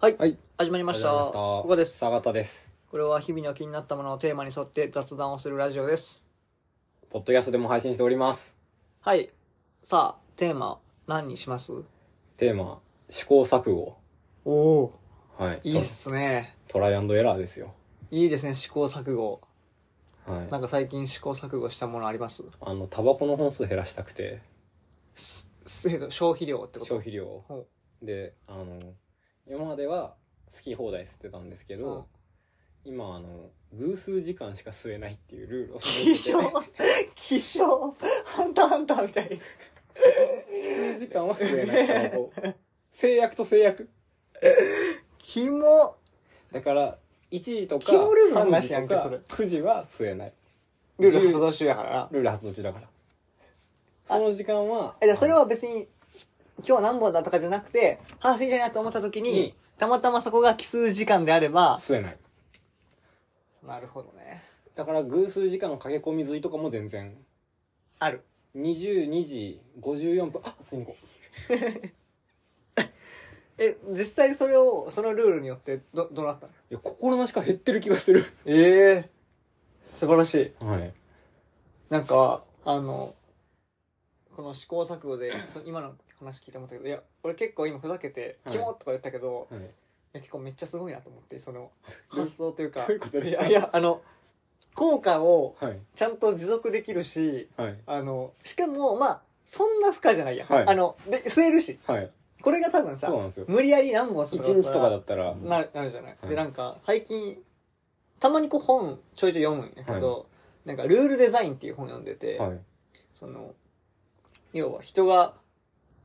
はい、はい始まりましたありがとうございまここです田形です。これは日々の気になったものをテーマに沿って雑談をするラジオですポッドキャストでも配信しております。はいさあテーマ何にしますテーマ、試行錯誤。おおはい。いいっすねトトライアンドエラーですよ。いいですね試行錯誤はいな。んか最近試行錯誤したものありますあの、タバコの本数減らしたくて、すえっと消費量ってこと消費量をほで、あの、今までは好き放題吸ってたんですけど、今、あの、偶数時間しか吸えないってい うルールを希設少けて、 希少ハンターハンターみたい偶数時間は吸えないタバコ。 制約と制約。キモだから、1時とか、昨日ルールの3話時やんとけかそれ、 9時は吸えない。ルール発動中やからなルール発動中だから。その時間は、えじゃあそれは別に今日何本だとかじゃなくて話していいなと思った時に、うんたまたまそこが奇数時間であれば吸えない。なるほどねだから偶数時間の駆け込み吸いとかも全然。ある22時54分、あ、吸いに行こえ実際それをそのルールによってどどうなったのう。いや、心なしか減ってる気がする。ええ素晴らしいはい。なんかあのこの試行錯誤 でそ今の話聞いて思ったけどいや俺結構今ふざけて「はいキモ」とか言ったけど、いはい。や結構めっちゃすごいなと思ってそ の発想というかどういうことですかやいやあの効果をはい。ちゃんと持続できるしはい。あの、しかも、まあ、そんな負荷じゃないやん。はいあの、で、吸えるし。はい。これが多分さそうなんですよ、無理やり何本吸1う日とかだったら、ななるじゃない。はいで、なんか、最近、たまにこう本ちょいちょい読むんやけど、なんか、ルールデザインっていう本読んでて、はい。その、要は人が、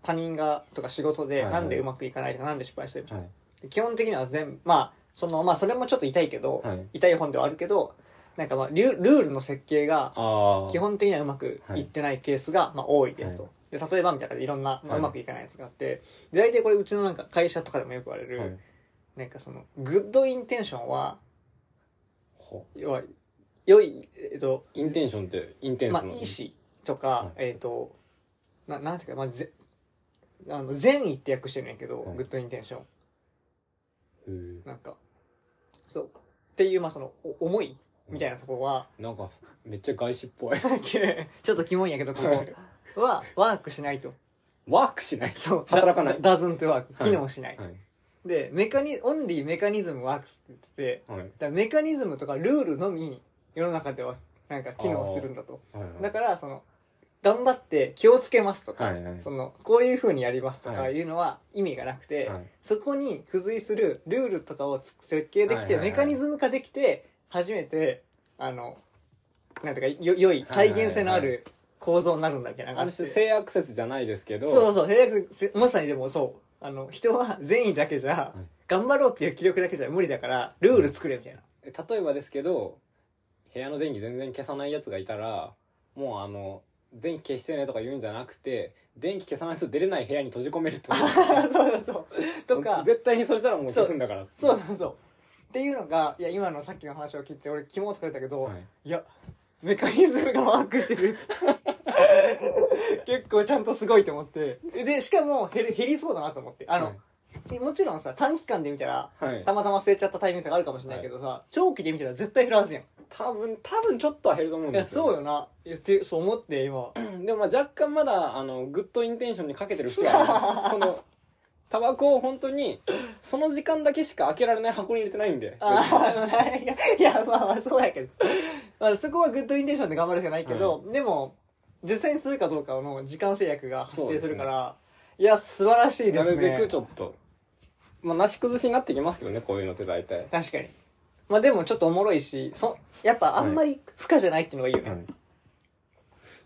他人が、とか仕事で、はいなんでうまくいかないとか、なんで失敗してるはい。で基本的には全部、まあ、その、まあ、それもちょっと痛いけど、はい痛い本ではあるけど、なんかまあ、ルールールの設計が、ああ。基本的にはうまくいってないケースが、まあ、多いですと、で例えばみたいないろんな、まあはいうまくいかないやつがあってで大体これうちのなんか会社とかでもよく言われる、はい。なんかそのグッドインテンションはほ要は良いえっとインテンションって、インテンスまあの。意思とか、はえっとななんていうか、まあ、ぜあの善意って訳してるんやけど、はいグッドインテンションへーなんかそうっていうまあそのお思いみたいなとこは、 なんか、めっちゃ外資っぽい。 ちょっとキモいんやけどこはいこはワークしないとワークしない。そう働かないダズンとワーク機能しない、はい。で、メカニ、オンリーメカニズムワークスって言ってて、はい。だからメカニズムとかルールのみ、世の中では、なんか機能するんだと。はい。だから、その、頑張って気をつけますとか、はいはいその、こういう風にやりますとかはいいうのは意味がなくて、はいそこに付随するルールとかをつ設計できて、はいはいはいメカニズム化できて、初めて、あの、なんていうか、よ、良い、再現性のあはいはる構造になるんだっけな、あ感のじで人、性アクセスじゃないですけど、そうそう、平約せまさにでもそう。あの、人は善意だけじゃ、い頑張ろうっていう気力だけじゃ無理だから、ルール作れみたいな。例えばですけど部屋の電気全然消さないやつがいたらもうあの電気消してねとか言うんじゃなくて電気消さないと出れない部屋に閉じ込める とそうそうそう。とか、絶対にそれしたらもう消すんだからそうそうそう。っていうのが、いや、今のさっきの話を聞いて、俺、キモとか言ったけど、はいい、や、メカニズムがワークしてる。 結構ちゃんとすごいと思って。で、しかも減り、減りそうだなと思って。あの、もちろんさ、短期間で見たら、はいたまたま忘れちゃったタイミングとかあるかもしれないけどさ、長期で見たら絶対減るはずやん。多分多分ちょっとは減ると思うんいや、ですそうよよな。いやって、そう思って、 今。でもまあ若干まだあのグッドインテンションにかけてる節があ りますこのタバコを本当にその時間だけしか開けられない箱に入れてないんでああ、いや、 いやまあまあ、そうやけど。まあ、そこはグッドインテンションで頑張るしかないけど、でも、実践するかどうかの時間制約が発生するから、いや、素晴らしいでなするね。べくちょっとまあなし崩しになってきますけどねこういうのって大体確かに。まあでも、ちょっとおもろいし、そ、やっぱあんまり負荷じゃないっていうのがいいよね。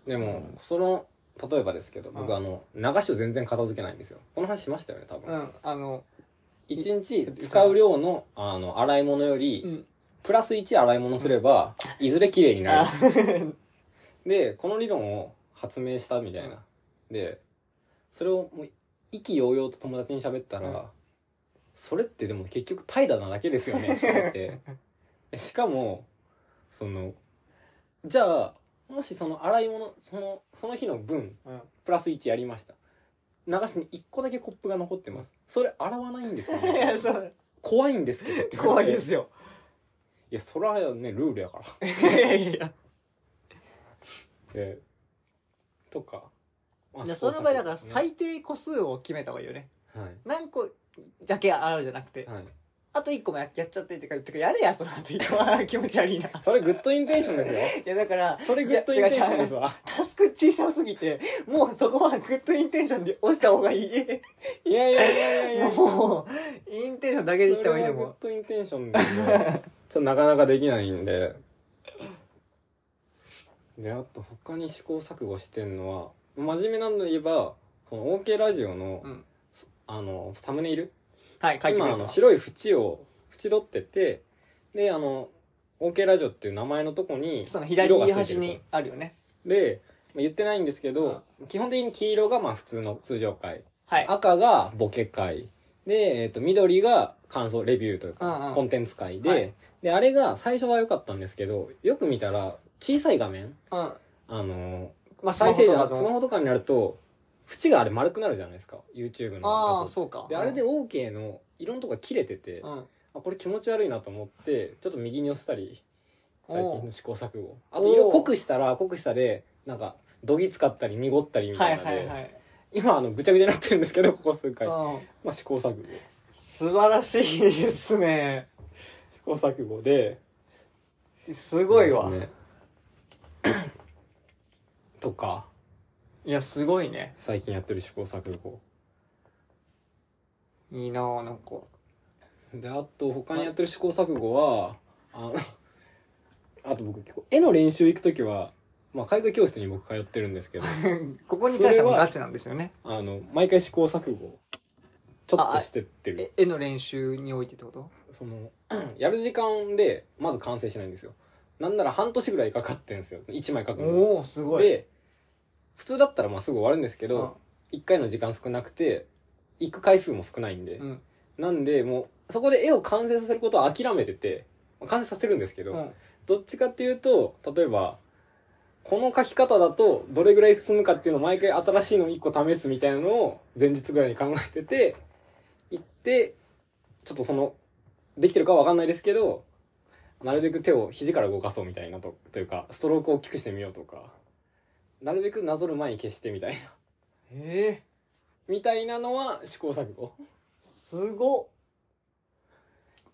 でも、その例えばですけど僕、うんあの流しを全然片付けないんですよこの話しましたよね多う分、ん、あの、一1日使う量のあの洗い物より、うん。プラス1洗い物すれば、いずれ綺麗になあるでこの理論を発明したみたいな、でそれをもう意気揚々と友達に喋ったら、うんそれってでも結局怠惰なだけですよね って言ってしかもそのじゃあもしその洗い物そのその日の分うん。プラス1やりました流しに1個だけコップが残ってますそれ洗わないんですよ いや、ねそう。怖いんですけどって言わ怖れいてですよいやそれはねルールやから いやいやいやでとかまあじゃあその場合だからそうですね最低個数を決めた方がいいよねはい何個だけ洗うじゃなくて、はいあと1個もやっちゃってってかてかやれやその後1個は 気持ち悪いないそれグッドインテンションですよやだから それグッドインテンションですいや違うわタスク小さすぎてもうそこはグッドインテンションで押した方がいいいやいやいやいやいやもうインテンションだけでいった方がいいとそれはグ思ッドインテンションですよ ちょっとなかなかできないんでであと他に試行錯誤してんのは真面目なので言えばその OK ラジオの、う、うん、あのサムネイル はい書いてく今れあてのます白い縁を縁取っててであの OK ラジオっていう名前のとこにその左端にあるよねで、まあ、言ってないんですけど、基本的に黄色がまあ普通の通常回、はい赤がボケ回で、えっと緑が感想レビューというか、うんうんコンテンツ回で、はいであれが最初は良かったんですけどよく見たら小さい画面うんあのまあスマ再ホ生じとゃかなくスマのホとかになると縁があれ丸くなるじゃないですか YouTube のあ画あ像そうかであれで OK の色のとこが切れてて、うあんこれ気持ち悪いなと思ってちょっと右に寄せたり最お近うの試行錯誤あと色おう濃くしたら濃くしたでなんかどぎ使ったり濁ったりみはたいいなのはいで、はい、今あのぐちゃぐちゃになってるんですけどここ数回、まうんあ、試行錯誤素晴らしいですね試行錯誤ですすごいわ、ねとかいやすごいね最近やってる試行錯誤いいなぁ なんかであと他にやってる試行錯誤はあのあと僕結構絵の練習行く時は、まあ、絵画教室に僕通ってるんですけどここに対してもガチなんですよねあの毎回試行錯誤ちょっとしてってるえ絵の練習においてってことその やる時間でまず完成しないんですよなんなら半年ぐらいかかってるんですよ1枚描くのおおすごいで普通だったらまあすぐ終わるんですけうんど、一1回の時間少なくて行く回数も少ないんで、うんなんでもうそこで絵を完成させることは諦めててまあ完成させるんですけど、うんどっちかっていうと例えばこの描き方だとどれぐらい進むかっていうのを毎回新しいの1個試すみたいなのを前日ぐらいに考えてて行ってちょっとそのできてるかは分かんないですけどなるべく手を肘から動かそうみたいなとというかストロークを大きくしてみようとかなるべくなぞる前に消してみたいなええみたいなのは試行錯誤すごっ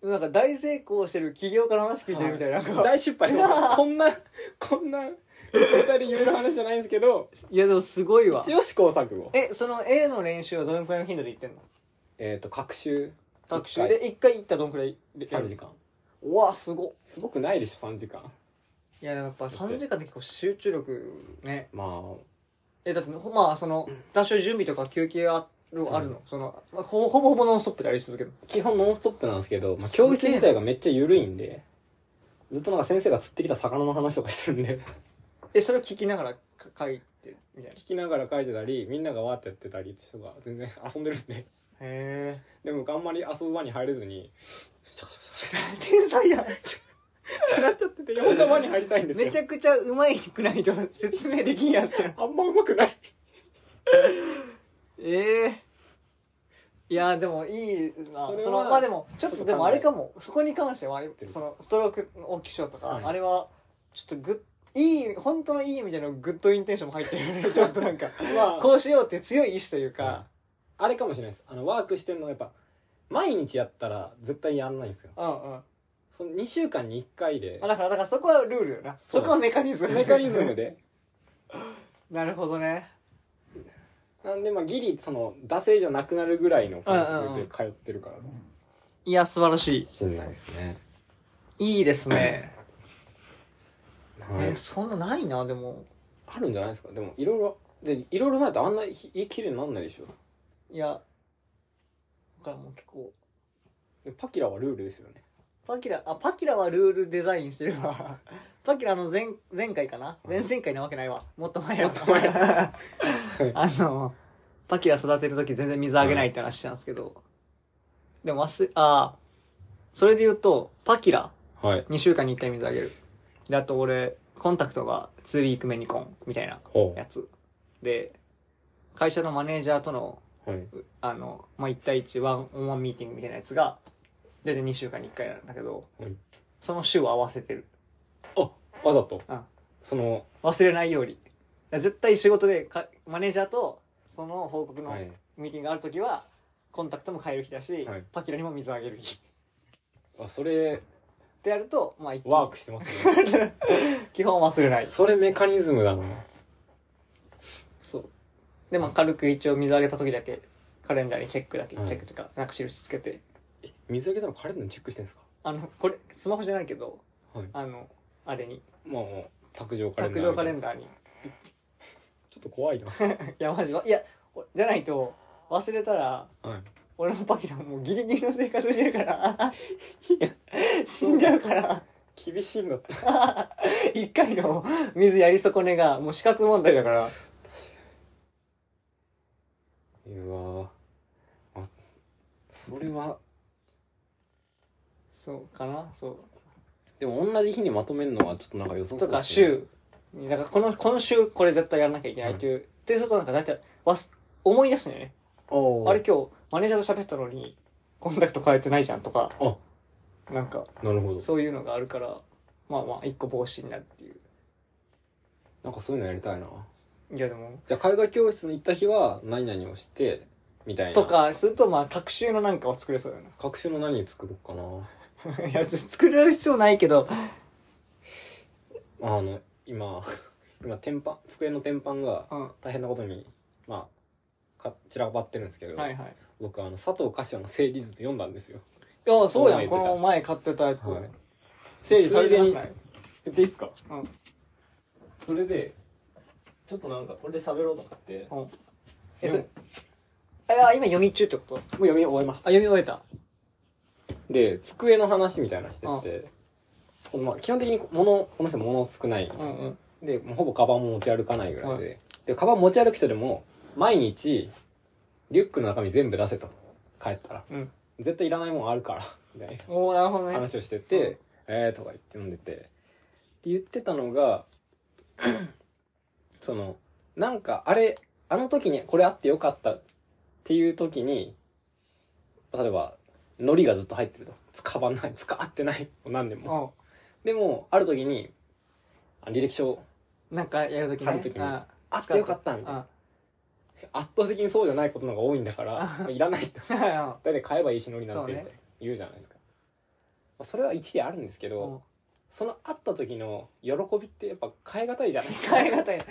なんか大成功してる起業家の話聞いてるみたいな、なんか大失敗してますこんなこんな絶対で有名な話じゃないんですけどいやでもすごいわ一応試行錯誤えその A の練習はどのくらいの頻度で行ってんのえっ、と学習学習で1回行ったらどのくらいで3時間うわすごっすごくないでしょ3時間いややっぱ3時間って結構集中力ねまえだってほまあその多少準備とか休憩あるあるの、うそのまあほぼほぼほぼノンストップであり続けるあ基本ノンストップなんですけど、まあ、すげえ教室自体がめっちゃ緩いんでずっとなんか先生が釣ってきた魚の話とかしてるんで えそれを聞きながらか書いてみたいなへ聞きながら書いてたりみんながわーってやってたりって人が全然遊んでるんです ねえでも僕あんまり遊ぶ場に入れず に天才やってなっちゃってていろんな場に入りたいんです よめちゃくちゃうまいくないと説明できんやつやあんま上手くない ええいやでもいいなそそれはのまあでもちょっちょとっと考えでもあれかもそこに関してはるそのストローク大きくしようとか、はいあれはちょっとグッいい本当のいい意味でのグッドインテンションも入ってるよね ちょっとなんかまあこうしようっていう強い意志というあか、あれかもしれないですあのワークしてるのはやっぱ毎日やったら絶対やんないんですようん、うんその2週間に1回でまあだからだからそこはルールよなそそうこはメカニズム メカニズムで なるほどねなんでまあギリその惰性じゃなくなるぐらいの感覚で通ってるからね。いや素晴らししんないですね。いいいですね、はえいー。そんなないなでもあるんじゃないですか。でもいろいろでいろいろないとあんなひ家綺麗になんないでしょ。いやだからもう結構でパキラはルールですよね。パキラあパキラはルールデザインしてるわ パキラの前前回かな前々回なわけないわもっと前やもっと前 あのパキラ育てる時全然水あげないって話したんですけど、でも忘れあそれで言うとパキラはい。 2週間に1回水あげるであと俺コンタクトがツーリークメニコンみたいなほやつで会社のマネージャーとのう。はい。あの、まあ、1対1ワンオンワンミーティングみたいなやつが大体2週間に1回なんだけど、はいその週を合わせてる。あ、わざと。うんその、忘れないように。絶対仕事でか、マネージャーと、その報告のはいミーティングがあるときは、コンタクトも変える日だし、はいパキラにも水あげる日。あ、それ、ってやると、まあ一気にワークして ますね。基本忘れない。それメカニズムだな。そう。で、まあ軽く一応水あげた時だけ、カレンダーにチェックだけ、はいチェックとか、なんか印つけて。え、水あげたのカレンダーにチェックしてんですかあの、これ、スマホじゃないけど、はい。あの、あれに、まあもう、卓上カレンダ卓ー。上カレダンダーに。いー。ちょっと怖いな。や、マジわ、いや、おじゃないと、忘れたら、はい。俺もパキラももうギリギリの生活してるから、 死んじゃうから、 厳しいんだって。一回の水やり損ねが、もう死活問題だから。うわぁ。あ、それは、そうかなそう。でも同じ日にまとめるのはちょっとなんか予想とか週にだからこの今週これ絶対やらなきゃいけないっていう、ってするとなんか大体わす思い出すのよね、おあれ今日マネージャーと喋ったのにコンタクト変えてないじゃんとかあ、なんかなるほど。そういうのがあるからまあまあ一個防止になるっていうなんかそういうのやりたいな。いやでもじゃあ絵画教室に行った日は何々をして、みたいな。と。かするとまあ各週のなんかを作れそうだ各種の何作ろうかよな いや作れる必要ないけどな。あの、今、 今、天板、机の天板がうんは大変なことに、まあ、か散らばってるんですけいど、はいい僕、あの、佐藤菓子の整理術読んだんですよ。やそうや覚えんてたこの前買ってたやつ、はい整理されてなくない言っていいっすかうんそれで、ちょっとなんか、これで喋ろうと思ってうんええ、そそれれ、あ今読み中ってことあもう読み終えました。読み終えたで、机の話みたいなのしてて、このまあ、基本的に物、この人物少ない。うんうんで、もうほぼカバンも持ち歩かないぐらいで。はで、カバン持ち歩く人でも、毎日、リュックの中身全部出せと。帰ったら。うん絶対いらないもんあるから。みたいおおなるほどなね話をしてて、えーとか言って飲んでて。って言ってたのが、 その、なんか、あれ、あの時にこれあってよかったっていう時に、例えば、海苔がずっと入ってると。使わない、使ってない。何年も。うんでも、ある時に、あ履歴書なんかやるときね。やる時にああってよかったみたいな。圧倒的にそうじゃないことの方が多いんだから、いらないと。あだって買えばいいし、ノリなんそうてね言うじゃないですか。まあそれは一理あるんですけ ど、うんその会った時の喜びってやっぱ変え難いじゃないですか。変え難いな。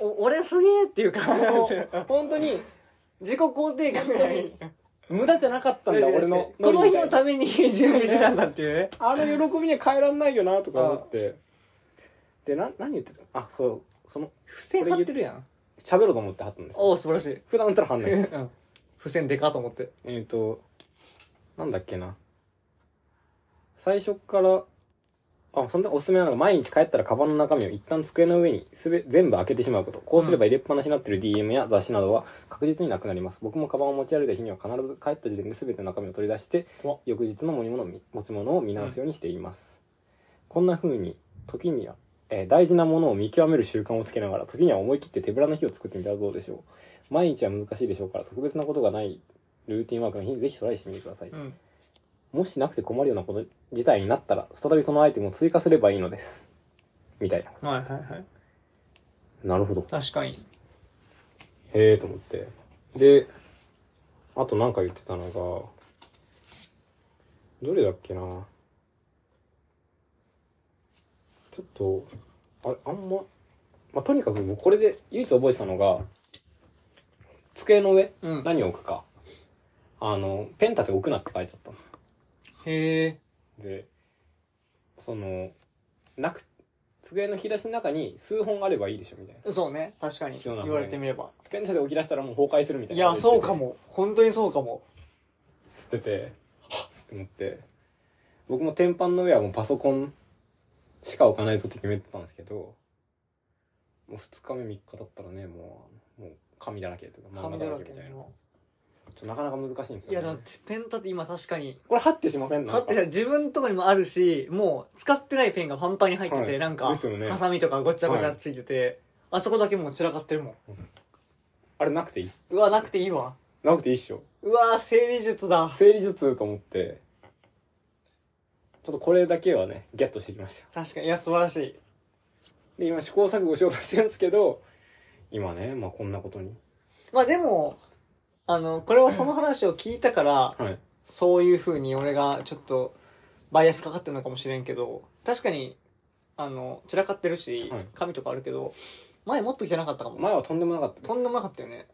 お、俺すげえっていうか、 もう本当に、自己肯定感がない。無駄じゃなかったんだ、俺の。この日のめために準備してたんだっていうね。あの喜びには変えらんないよな、とか思って。で、な、何言ってたあ、そう、その、付箋貼ってるやん。喋ろうと思って貼ったんですよ。おお、素晴らしい。普段だったら貼んないです。うん付箋でかと思って。えっと、なんだっけな。最初から、あ、そんでおすすめなのが、毎日帰ったらカバンの中身を一旦机の上にすべ、全部開けてしまうこと。こうすれば入れっぱなしになってる DM や雑誌などは確実になくなります。僕もカバンを持ち歩いた日には必ず帰った時点で全ての中身を取り出して怖っ、翌日の盛り物を見持ち物を見直すようにしています。こんな風に、時には、えー大事なものを見極める習慣をつけながら、時には思い切って手ぶらの日を作ってみたらどうでしょう。毎日は難しいでしょうから、特別なことがないルーティンワークの日にぜひトライしてみてください。うん。もしなくて困るようなこと事態になったら、再びそのアイテムを追加すればいいのです。みたいな。はいはいはい。なるほど。確かに。へえーと思って。で、あとなんか言ってたのが、どれだっけなちょっと、あれ、あんま、まあ、とにかくもうこれで唯一覚えてたのが、机の上、うん何を置くか。あの、ペン立て置くなって書いてあったんですよへえ。で、その、なく、机の引き出しの中に数本あればいいでしょ、みたいな。そうね。確かに。必要言なのねわれてみれば。ペン立て置き出したらもう崩壊するみたいいな。や、そうか。も。本当にそうかも。つってて、はっって思って。僕も天板の上はもうパソコンしか置かないぞって決めてたんですけど、もう2日目3日だったらね、もう、もう紙だらけというか、紙漫だ画らみけたいな。ちょの。っとなかなか難しいんですいや、よ、だっね。て、ペン立て今確かに。これ、はってしません買ってなんかた自分のとこにもあるしもう使ってないペンがパンパンに入ってて、はいなんか、ですよねハサミとかごちゃごちゃついてて、あそこだけもう散らかってるもんあれなくていい。うわなくていいわなくていいっしょ。うわ整理術だ整理術と思って、ちょっとこれだけはね、ゲットしてきました。確かにいや素晴らしいで、今試行錯誤しようとしてるんですけど、今ね、まあこんなことに。まあでもあのこれはその話を聞いたからはい。そういう風に俺がちょっとバイアスかかってるのかもしれんけど確かにあの散らかってるし、はい髪とかあるけど前もっと汚かったかも、前はとんでもなかったでとすんでもなかったよね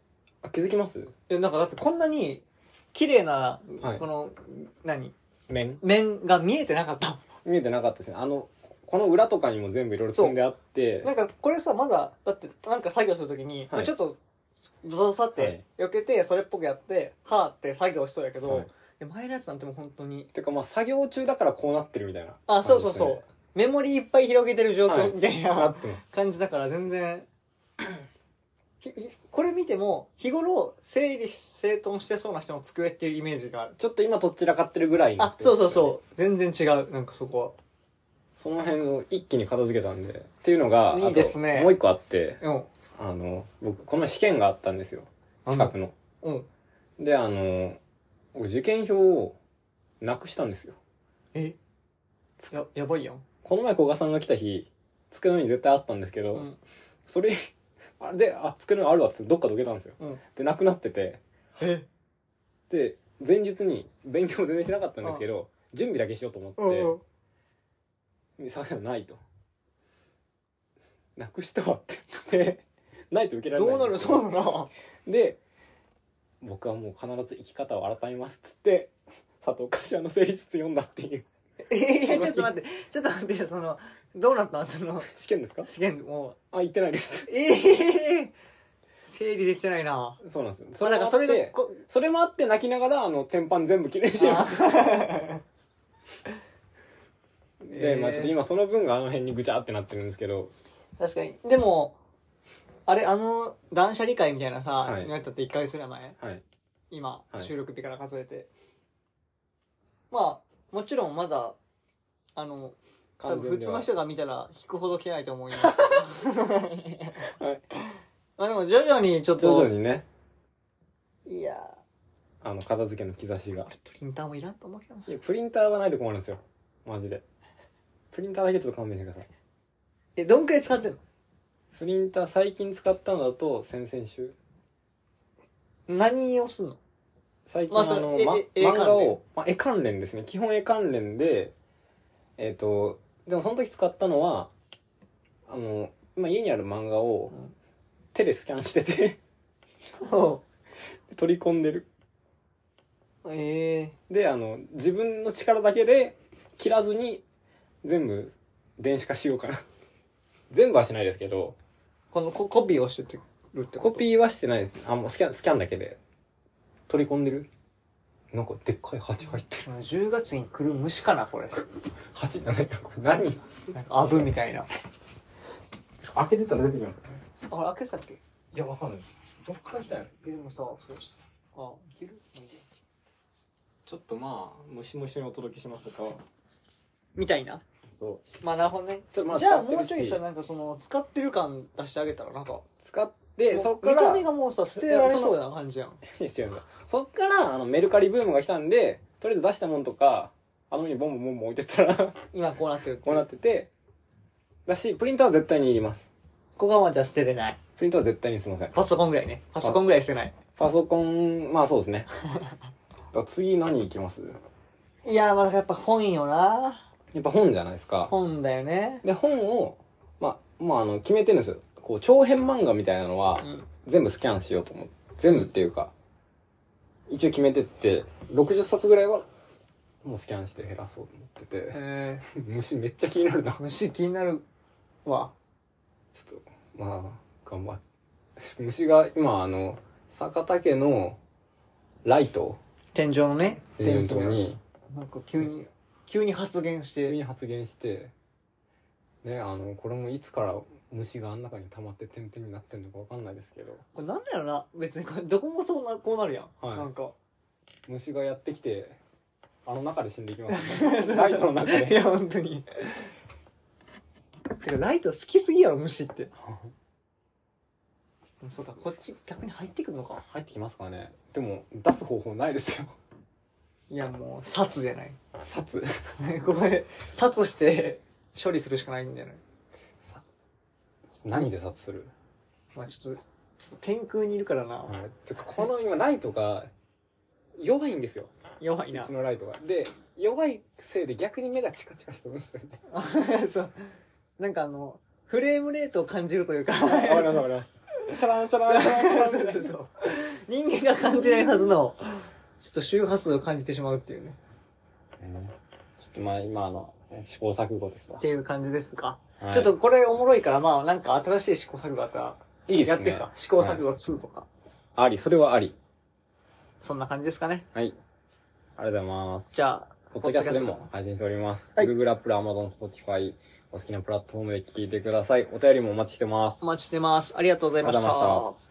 あ気づきますえなんかだってこんなに綺麗な、はいこの何面面が見えてなかった見えてなかったですね。あの、この裏とかにも全部いろいろ積んであってな、んかこれさまだだってなんか作業するときに、はいちょっとドドドさっはいて避けてそれっぽくやってはあって作業しそうやけど、はいで前のやつなんてもう本当にてかまあ作業中だからこうなってるみたいな。あそうそうそう、メモリーいっぱい広げてる状はい況みたいあなっても感じだから全然ひひこれ見ても日頃整理整頓してそうな人の机っていうイメージがあるちょっと今とっちらかってるぐらいになあってるそんうですよそうそねう全然違うなんかそこその辺を一気に片付けたんで。っていうのが、いいですねあともう一個あって、はうんあの、僕、この前試験があったんですよ。なん資だ格の。うんで、あの、僕受験票をなくしたんですよ。えややばいやん、この前古賀さんが来た日、机の上に絶対あったんですけど、うんそれ、あで、あ、机の上あるわっつってどっかどけたんですよ。うん、で、なくなってて、えで、前日に勉強全然しなかったんですけど、準備だけしようと思って、うん探したらないと。なくしたわって言って、 ないと受けられないどうんでなすよるそうなの で、僕はもう必ず生き方を改めますっつって、佐藤柏の成立読んだっていう。えー、ちょっと待って、ちょっと待って、その、どうなったのその、試験ですか試験、もあ、言ってないです。う、ええ整理できてないな。そうなんですよ。そまあ、れなんもあかってそれが、こそれもあって泣きながら、あの、天板全部きれいにしよあう。で、まあちょっと今その分があの辺にぐちゃってなってるんですけど、確かに。でも、あれ、あの、断捨離会みたいなさ、はいやったって1ヶ月ぐらい前はい。今、はい収録日から数えて。まあ、もちろんまだ、あの、多分普通の人が見たら引くほど消えないと思いますけど。 はいまあでも徐々にちょっと、徐々にね、いやあの、片付けの兆しがー、。プリンターもいらんと思うけどないや、プリンターはないと困るんですよ。マジで。プリンターだけちょっと勘弁してください。え、どんくらい使ってんのプリンター最近使ったのだと、先々週。何をすんの最近まああそれの、えまえ絵漫画を、まあ、絵関連ですね。基本絵関連で、えっ、と、でもその時使ったのは、あの、まあ、家にある漫画をうん手でスキャンしてて、 取り込んでる。ええで、あの、自分の力だけで切らずに全部電子化しようかな。全部はしないですけど、このココピーをしてるってことコピーはしてないです。あ、もうスキャン、スキャンだけで。取り込んでるなんかでっかい鉢入ってる。ー10月に来る虫かなこれ鉢じゃないな、これ何なんかアブみたいな開けてたら出てきます。あれ開けてたっけいや、わかんないです。どっから来たんやろえでもさそうあいけるちょっとまあ、ムシムシにお届けしますか。みたいなそう。まあなるほどねちょっとまあじゃあ使ってるもうしちょいさなんかその使ってる感出してあげたらなんか使って、もうそっから、見た目いがもうさ捨てられそうな感じやんや違うんだそっから、あの、メルカリブームが来たんで、とりあえず出したもんとか、あの上にボンボンボンボン置いてったら、こ今こうなってるってうなってて、だし、プリンターは絶対にいります。ここがまあじゃあ捨てれないプリンターは絶対にすいません。パソコンぐらいねパソコンぐらい捨てないパソコン、まあそうで すね。だ次何行きますいやーまあやっぱ本よなやっぱ本じゃないですか。本だよねで、本を、まあ、まああの、決めてるんですよ。こう、長編漫画みたいなのはう、ん全部スキャンしようと思う。全部っていうか、一応決めてって、60冊ぐらいは、もうスキャンして減らそうと思ってて。え虫めっちゃ気になるな。ー、虫気になるわちょっと、まあ、頑張って。虫が今、あの、坂竹の、ライト天井のねっていうとこに、なんか急に急に発言し急てに発言して、ね、あの、これもいつから虫があん中に溜まって点々になってんのかわかんないですけど、これなんだよな別にこれどこもそうなこうなるやん、はいなんか虫がやってきて、あの中で死んでいきま す、ね。ライトの中いで。や本当にてかライト好きすぎやろ虫ってそうかこっち逆に入ってくるのか入ってきますかね。でも、出す方法ないですよ。いやもう殺じゃない 札これ殺して処理するしかないんじゃない、何で札する、まあ、ちょっとちょっと天空にいるからな、はいてかこの今ライトが弱いんですよ弱いうなちのライトがで弱いせいで逆に目がチカチカしてるんですよね そうなんかあのフレームレートを感じるというかわかり ますシャランシャランシャランシャラ そうンそうそう人間が感じないはずのちょっと周波数を感じてしまうっていうねちょっとまあ今の試行錯誤ですわっていう感じですか、はいちょっとこれおもろいからまあなんか新しい試行錯誤あったらいいですねやっていくか試行錯誤2とか、ありそれはありそんな感じですかねはいありがとうございますじゃあポッドキャストでもポッドキャス配信しております。はい Google、Apple、Amazon、Spotify、お好きなプラットフォームで聞いてください。お便りもお待ちしてますお。待ちしてますありがとうございましありがとうございまたし